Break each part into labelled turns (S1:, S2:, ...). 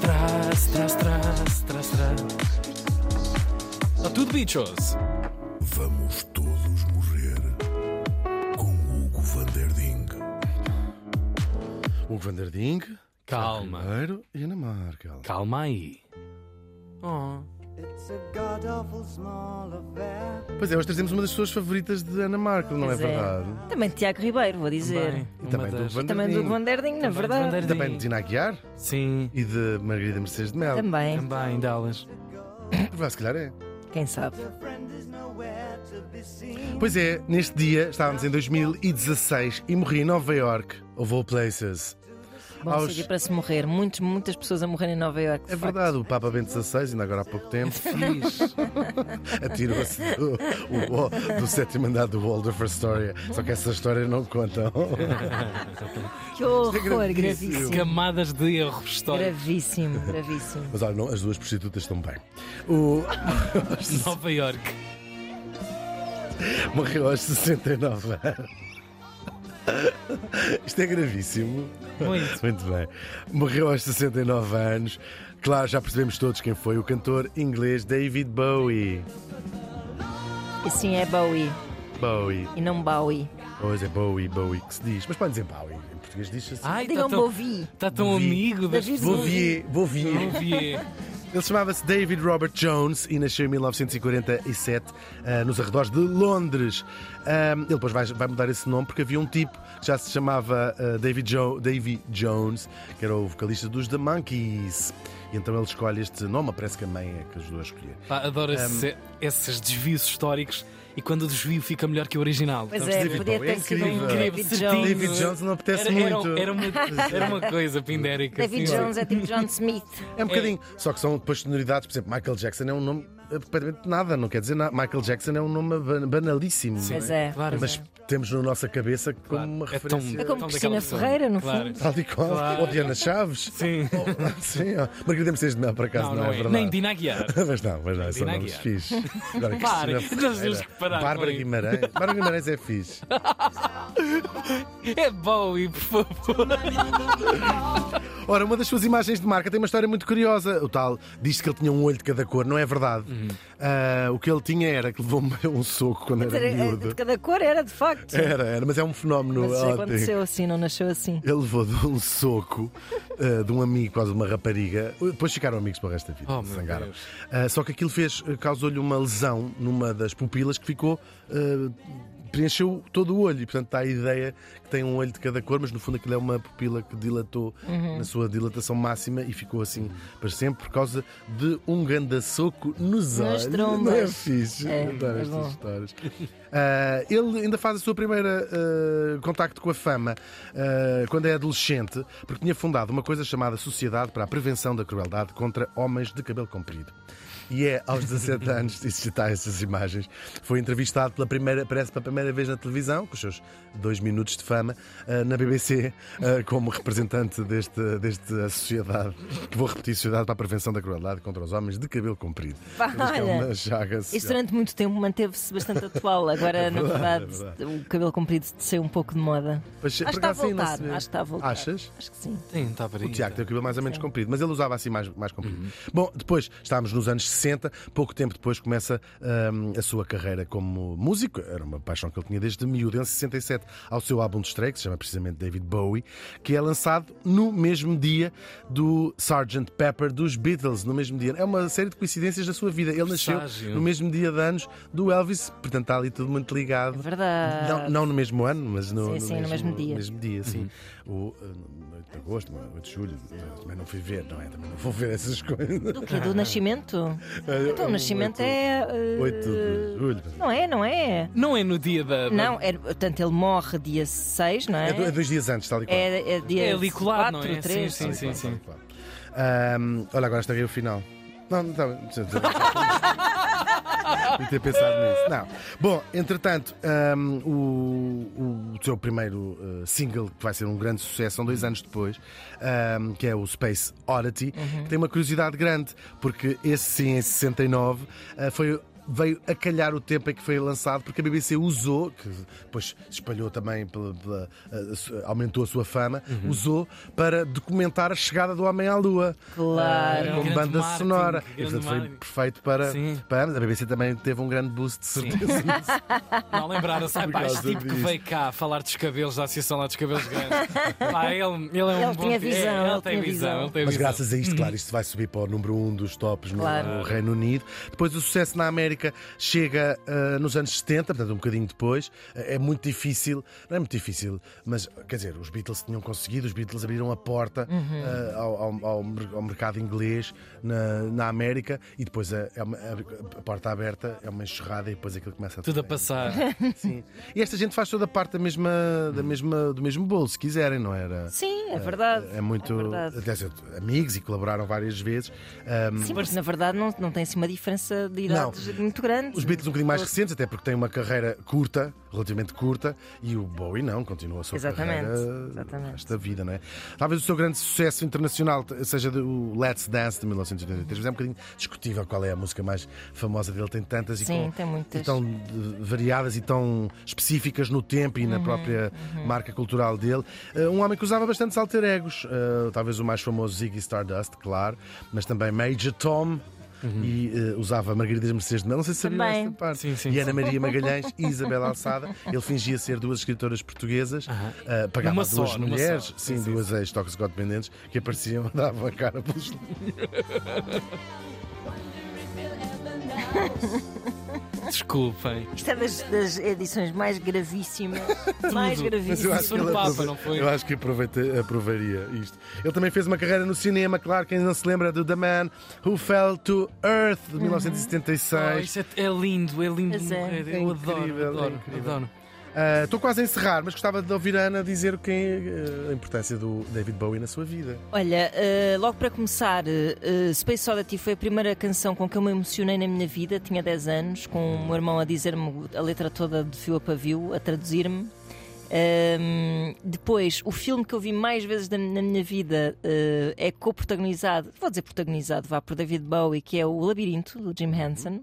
S1: Tá Caprichoso.
S2: Vamos todos morrer com Hugo van der Ding.
S3: Hugo van der Ding,
S1: Calma.
S3: Ribeiro e Ana Markel.
S1: Calma aí. Oh.
S4: It's a god awful small affair.
S3: Pois é, hoje trazemos uma das suas favoritas de Ana Markel, não é
S5: Pois é.
S3: verdade?
S5: Também de Tiago Ribeiro, vou dizer.
S1: Bem, uma
S3: também do
S1: das-
S3: Van-
S5: Também do
S3: Vanderding.
S5: Vanderding,
S1: Também
S5: na
S1: do
S5: É verdade.
S1: Vanderding.
S3: Também de Dina Aguiar
S1: Sim,
S3: e de Margarida Mercedes de Mel.
S5: Também,
S1: também delas.
S3: Vai, se calhar é.
S5: quem sabe.
S4: Your friend is nowhere to be seen.
S3: Pois é, neste dia estávamos em 2016 e morri em Nova York, of all places.
S5: Bom
S3: Aos-
S5: sítio para se morrer. Muitas, muitas pessoas a morrer em Nova York.
S3: É verdade, o Papa Bento XVI, ainda agora há pouco tempo,
S1: Fiz.
S3: atirou-se do, o- do sétimo andar do Waldorf Astoria. Só que essa história não contam.
S5: Que horror,
S3: é gravíssimo.
S5: gravíssimo.
S1: Camadas de erros históricos.
S5: Gravíssimo, gravíssimo.
S3: Mas olha, não, as duas prostitutas estão bem. O,
S1: Nova York.
S3: morreu aos 69 anos. Isto é gravíssimo.
S1: Muito.
S3: Muito bem. Morreu aos 69 anos. Claro, já percebemos todos quem foi o cantor inglês David Bowie.
S5: E sim, é Bowie
S3: Bowie.
S5: e não Bowie.
S3: Pois é, Bowie, Bowie que se diz. Mas podem dizer Bowie. Em português diz-se assim.
S1: Ai,
S5: Digam
S1: tá tão,
S5: Bowie.
S1: tá tão
S3: Davi.
S1: amigo das
S5: Davi
S1: pessoas.
S3: Bouvier, Bouvier.
S1: Bouvier.
S3: Ele chamava-se David Robert Jones e nasceu em 1947 ah, nos arredores de Londres. Ah, ele depois vai, vai mudar esse nome porque havia um tipo que já se chamava ah, David, Jo- Davy Jones, que era o vocalista dos The Monkeys. E então ele escolhe este nome, parece que a mãe é que ajudou a escolher.
S1: Pá, adoro esse- esses desvios históricos e quando o desvio fica melhor que o original.
S5: Pois
S1: Sabes?
S5: é,
S3: David
S5: podia
S3: Bowie é
S5: ter sido um
S3: incrível.
S5: David
S1: Incrível,
S5: Jones.
S1: certinho.
S3: David Jones não apetece
S1: Era, era,
S3: muito.
S1: era uma, era uma coisa pindérica. assim,
S5: David
S1: sim.
S5: Jones é tipo John Smith.
S3: É um bocadinho. Só que são depois sonoridades, por exemplo, Michael Jackson é um nome aparentemente nada, não quer dizer nada. Michael Jackson é um nome ban- banalíssimo. não é?
S5: Pois é.
S1: Claro,
S3: Mas temos na nossa cabeça como
S1: Claro.
S3: uma
S1: É tão-
S3: referência.
S5: É como
S1: Então,
S5: Cristina
S1: daquela pessoa.
S5: Ferreira, no
S1: Claro.
S5: fundo.
S3: Tal e qual.
S1: Claro.
S3: Ou Diana Chaves.
S1: Sim.
S3: Sim, ó. Margarida Mercedes de Mel, por acaso,
S1: Não,
S3: não,
S1: não,
S3: é,
S1: é.
S3: verdade.
S1: Nem Dina Aguiar.
S3: Mas não, mas não, são
S1: Dina
S3: nomes
S1: Aguiar.
S3: fixe. Agora,
S1: Parem,
S3: Cristina
S1: nós temos
S3: Ferreira,
S1: que parar com
S3: Bárbara
S1: isso.
S3: Guimarães. Bárbara Guimarães é fixe.
S1: É Bowie, por favor.
S3: Ora, uma das suas imagens de marca tem uma história muito curiosa. O tal diz-se que ele tinha um olho de cada cor, não é verdade? Ah, o que ele tinha era que levou um soco quando
S5: Quer
S3: era
S5: dizer, é-
S3: miúdo.
S5: De cada cor era, de facto.
S3: Era, era, mas é um fenómeno
S5: Mas isso
S3: ótimo.
S5: aconteceu assim, não nasceu assim.
S3: Ele levou de um soco eh, de um amigo, quase de uma rapariga. Depois ficaram amigos para o resto da vida.
S1: Oh, meu
S3: sangaram.
S1: Deus.
S3: Ah, só que aquilo fez, eh, causou-lhe uma lesão numa das pupilas que ficou. eh, Preencheu todo o olho e, portanto, está a ideia que tem um olho de cada cor, mas no fundo aquilo é uma pupila que dilatou
S5: Uhum.
S3: na sua dilatação máxima e ficou assim para sempre por causa de um ganda soco nos
S5: Nas
S3: olhos.
S5: trombas.
S3: Não é fixe?
S5: É,
S3: Adoro
S5: é
S3: estas
S5: bom.
S3: histórias. Ah, ele ainda faz a sua primeira ah, contacto com a fama ah, quando é adolescente, porque tinha fundado uma coisa chamada Sociedade para a Prevenção da Crueldade contra Homens de Cabelo Comprido. E é aos 17 anos, isso já está essas imagens, foi entrevistado pela primeira, parece pela primeira vez na televisão, com os seus dois minutos de fama, ah, na BBC, ah, como representante deste, desta sociedade, que vou repetir, Sociedade para a Prevenção da Crueldade contra os Homens de Cabelo Comprido.
S5: Pá,
S3: Eles que é
S5: olha,
S3: uma chaga
S5: Isso
S3: social.
S5: durante muito tempo manteve-se bastante atual. Agora,
S3: É
S5: na verdade, o cabelo comprido saiu um pouco de moda.
S3: Mas, por
S5: Acho que está a
S3: acaso, ainda se
S5: voltar.
S3: vê.
S5: Acho que está a voltar.
S3: Achas?
S5: Acho que sim.
S1: Sim, tá Uhum. para
S3: O Tiago tem o cabelo mais ou menos comprido, mas ele usava assim mais, mais comprido. Bom, depois estávamos nos anos 60, pouco tempo depois começa hum, a sua carreira como músico, era uma paixão que ele tinha desde miúdo, em 67, ao seu álbum de estreia, que se chama precisamente David Bowie, que é lançado no mesmo dia do Sgt. Pepper dos Beatles, no mesmo dia. É uma série de coincidências da sua vida. Ele nasceu
S1: Presságio.
S3: no mesmo dia de anos do Elvis, portanto está ali tudo muito ligado.
S5: É verdade.
S3: Não, não no mesmo ano, mas no,
S5: Sim, sim, no mesmo dia.
S3: mesmo dia, sim. O, eh, 8 de agosto, 8 de julho. Também não fui ver, não é? Também não vou ver essas coisas.
S5: Do quê? Do nascimento?
S3: Eh,
S5: Então, o nascimento é. eh,
S3: 8 de julho.
S5: Não é, não é?
S1: Não é no dia da. da-
S5: Não, é, portanto, ele morre dia 6, não é?
S3: É, do- é dois dias antes, tal e qual.
S5: É, é dia
S1: É ali colado, não
S5: 4,
S1: é?
S5: 3.
S1: Sim, sim, sim.
S3: Tal e
S1: sim.
S3: qual. Ahm, olha, agora estraguei o final. Não, não estava. E ter pensado nisso. Não. Bom, entretanto, ahm, o, o seu primeiro eh, single, que vai ser um grande sucesso, são dois anos depois, ahm, que é o Space Oddity, que tem uma curiosidade grande, porque esse sim, em 69, eh, foi veio a calhar o tempo em que foi lançado, porque a BBC usou, que depois se espalhou também, pela, pela- a- a su- aumentou a sua fama, usou para documentar a chegada do homem à Lua.
S5: Claro.
S3: eh, com
S1: Grande
S3: banda
S1: marketing,
S3: sonora. E,
S1: grande
S3: portanto, foi
S1: marketing.
S3: perfeito para,
S1: Sim.
S3: para. A BBC também teve um grande boost, de certeza.
S1: Não lembraram-se, ah, pá, este
S3: causa
S1: tipo que
S3: disso.
S1: veio cá falar dos cabelos da Associação lá dos Cabelos Grandes. Pá, ele, ele é um
S5: Ele
S1: bom tipo.
S5: tinha
S1: É,
S5: visão,
S1: ele, tem
S5: ele
S1: visão,
S5: tinha visão.
S1: ele tem
S3: Mas
S1: visão.
S3: graças a isto, claro, isto vai subir para o número um dos tops no-
S5: Claro.
S3: no Reino Unido. Depois o sucesso na América chega ah, nos anos 70, portanto, um bocadinho depois. Ah, é muito difícil, não é muito difícil, mas quer dizer, os Beatles tinham conseguido, os Beatles abriram a porta ah, ao, ao- ao mer- ao mercado inglês na, na América e depois a, é uma- a- a porta aberta é uma enxurrada e depois aquilo começa a
S1: Tudo a passar.
S3: Sim. E esta gente faz toda a parte da mesma, da mesma, do mesmo bolo, se quiserem, não era?
S5: Sim, é verdade.
S3: É muito.
S5: verdade.
S3: aliás, amigos e colaboraram várias vezes. Ahm,
S5: Sim, mas na verdade não, não tem assim uma diferença de idades muito grande.
S3: os Beatles um bocadinho mais recentes, até porque têm uma carreira curta, relativamente curta, e o Bowie não, continua a sua
S5: Exatamente,
S3: carreira
S5: exatamente.
S3: esta vida, não é? Talvez o seu grande sucesso internacional te- seja o Let's Dance de 1983, mas é um bocadinho discutível qual é a música mais famosa dele, tem tantas e,
S5: Sim,
S3: com-
S5: tem muitas.
S3: e tão de- variadas e tão específicas no tempo e
S1: Uhum,
S3: na própria marca cultural dele. Eh, Um homem que usava bastantes alter egos, eh, talvez o mais famoso Ziggy Stardust, claro, mas também Major Tom. E eh, usava Margaridas Mercedes de Mel, não sei se sabiam
S5: Também.
S3: esta parte.
S1: Uhum. Sim, sim,
S3: e
S1: sim.
S3: Ana Maria Magalhães e Isabel Alçada. Ele fingia ser duas escritoras portuguesas, eh, pagava
S1: Numa
S3: a duas
S1: só, numa
S3: mulheres,
S1: só.
S3: sim,
S1: Sim, sim,
S3: duas ex-toxicodependentes, que apareciam, davam a cara pelos
S1: Desculpem.
S5: Isto é das, das edições mais gravíssimas. mais
S1: Tudo.
S3: Mas eu
S5: gravíssimas.
S3: acho que,
S1: Foi no
S3: ele
S1: Papa,
S3: aprove-
S1: não foi?
S3: eu acho que aproveita- aprovaria isto. Ele também fez uma carreira no cinema, claro, quem não se lembra do The Man Who Fell to Earth de
S5: Uhum.
S1: Ah,
S3: 1976.
S1: isso é, é lindo, é lindo. de
S5: Pois é.
S1: morrer.
S3: É
S1: Eu adoro,
S3: incrível, é
S1: adoro,
S3: incrível.
S1: adoro.
S3: Ah, Estou quase a encerrar, mas gostava de ouvir a Ana dizer o que é, ah, a importância do David Bowie na sua vida.
S5: Olha, eh, logo para começar, eh, Space Oddity foi a primeira canção com que eu me emocionei na minha vida. Tinha 10 anos, com o meu irmão a dizer-me a letra toda de fio a pavio, a traduzir-me. Ahm, depois, o filme que eu vi mais vezes na, na minha vida eh, é co-protagonizado, vou dizer protagonizado, vá por David Bowie, que é O Labirinto, do Jim Henson,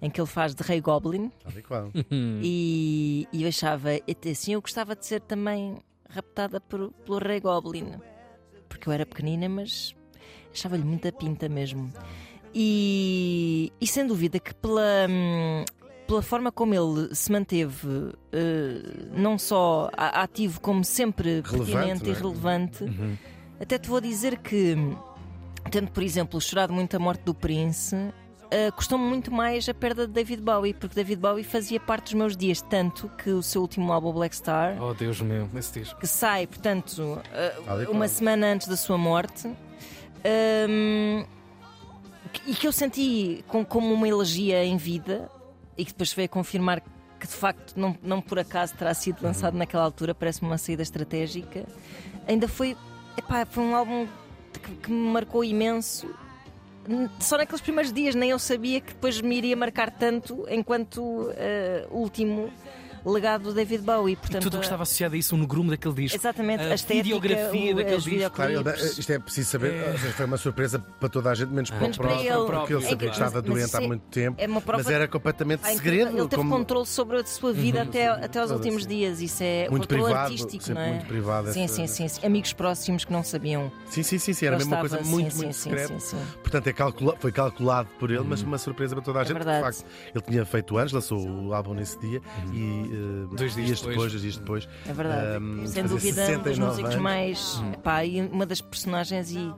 S5: em que ele faz de Rei Goblin.
S3: Tal e qual.
S5: E, e eu achava, até assim, eu gostava de ser também raptada por- pelo Rei Goblin, porque eu era pequenina, mas achava-lhe muita pinta mesmo. E, e sem dúvida que pela, hum, pela forma como ele se manteve, eh, não só a- ativo, como sempre
S3: Relevante,
S5: pertinente
S3: não
S5: e
S3: é?
S5: relevante, até te vou dizer que, tendo, por exemplo, chorado muito a morte do Prince. eh, custou-me muito mais a perda de David Bowie, porque David Bowie fazia parte dos meus dias, tanto que o seu último álbum, Black Star,
S1: Oh, Deus meu, esse disco.
S5: que sai, portanto, uh,
S3: Tal e qual.
S5: uma semana antes da sua morte. um, que- e que eu senti com- como uma elegia em vida e que depois veio confirmar que de facto não, não por acaso terá sido lançado
S3: Uhum.
S5: naquela altura, parece-me uma saída estratégica. Ainda foi, epá, foi um álbum que, que me marcou imenso. N- Só naqueles primeiros dias nem eu sabia que depois me iria marcar tanto enquanto eh, último legado do David Bowie. Portanto,
S1: Tudo o que estava associado a isso, o negrume daquele disco.
S5: Exatamente, a,
S1: a
S5: estética,
S1: videografia
S5: o,
S1: daquele
S5: os
S1: disco,
S3: Claro, ele-
S5: videoclipes.
S3: isto é preciso saber,
S1: É.
S3: ou seja, foi uma surpresa para toda a gente, menos para
S5: É. Menos
S3: o
S5: para
S3: próprio,
S5: ele.
S3: porque
S1: Próprio,
S3: ele sabia que
S1: claro.
S3: estava
S5: Mas
S3: doente
S5: isso
S3: há
S5: é-
S3: muito tempo,
S5: é uma prova
S3: mas era completamente
S5: Ah, incrível.
S3: segredo.
S5: Ele teve
S3: como- Uhum.
S5: controle sobre a sua vida até, até aos últimos dias. Isso é
S3: Muito
S5: controle
S3: privado,
S5: artístico,
S3: sempre
S5: não é?
S3: muito privado
S5: Sim,
S3: essa-
S5: sim, sim, sim. Amigos próximos que não sabiam.
S3: Sim, sim, sim, sim, era
S5: Ele
S3: mesmo uma coisa
S5: estava-
S3: muito,
S5: sim,
S3: muito
S5: sim,
S3: secreta.
S5: sim, sim, sim.
S3: Portanto, é calcula- foi calculado por ele,
S1: Uhum.
S3: mas uma surpresa para
S1: É
S3: toda a gente. porque,
S5: verdade.
S3: De facto, ele tinha feito anos, lançou o álbum nesse dia
S1: Uhum.
S3: e eh,
S1: Dois dias depois.
S3: dois dias depois.
S5: É verdade.
S3: Ahm, fazia
S5: Sem dúvida, um dos
S3: 69
S5: músicos
S3: anos. Hum.
S5: mais. Pá, e uma das personagens e, n-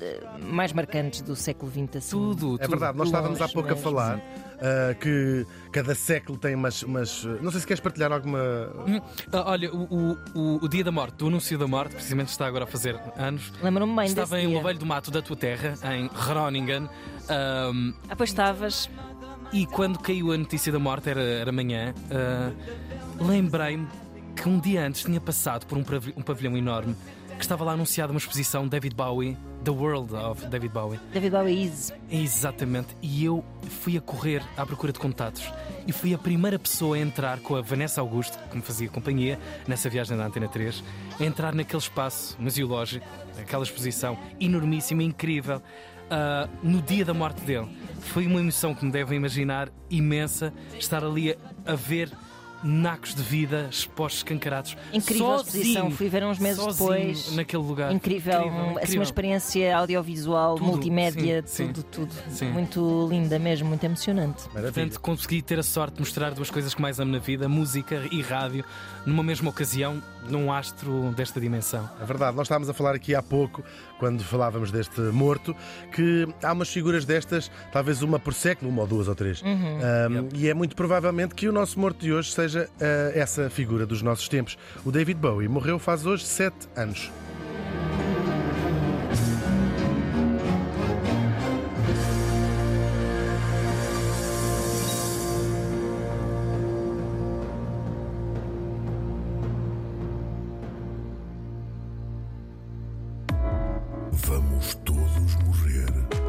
S5: eh, mais marcantes do século XX. Assim.
S1: Tudo, tudo.
S3: É verdade, nós
S5: Longe,
S3: estávamos há pouco a
S5: longe,
S3: falar ah, que cada século tem umas, umas- eh, Não sei se queres partilhar alguma.
S1: Hum, ah, Olha, o, o- o- o dia da morte, o anúncio da morte, precisamente está agora a fazer anos.
S5: Lembro-me bem
S1: Estava
S5: desse
S1: em
S5: dia.
S1: Lovelho do Mato, da tua terra, em Groningen. ahm,
S5: Ah, pois estavas.
S1: E quando caiu a notícia da morte, era, era manhã, ah, lembrei-me que um dia antes tinha passado por um, pavi- um pavilhão enorme que estava lá anunciada uma exposição David Bowie, The World of David Bowie.
S5: David Bowie Easy.
S1: Exatamente. E eu fui a correr à procura de contatos e fui a primeira pessoa a entrar com a Vanessa Augusto, que me fazia companhia nessa viagem da Antena 3, a entrar naquele espaço museológico, aquela exposição enormíssima, incrível. ah, no dia da morte dele. Foi uma emoção que me devem imaginar imensa estar ali a, a ver nacos de vida expostos, escancarados.
S5: Incrível
S1: sozinho,
S5: exposição, fui ver uns meses
S1: sozinho
S5: depois.
S1: Naquele lugar.
S5: Incrível, um- assim uma experiência audiovisual,
S1: Tudo,
S5: multimédia,
S1: sim, sim.
S5: tudo, tudo.
S1: Sim.
S5: Muito linda mesmo, muito emocionante.
S3: Maravilha.
S1: Portanto, consegui ter a sorte de mostrar duas coisas que mais amo na vida: música e rádio, numa mesma ocasião, num astro desta dimensão.
S3: É verdade, nós estávamos a falar aqui há pouco, quando falávamos deste morto, que há umas figuras destas, talvez uma por século, uma ou duas ou três. Ahm, E é muito provavelmente que o nosso morto de hoje seja ah, essa figura dos nossos tempos. O David Bowie morreu faz hoje sete anos.
S2: Vamos todos morrer.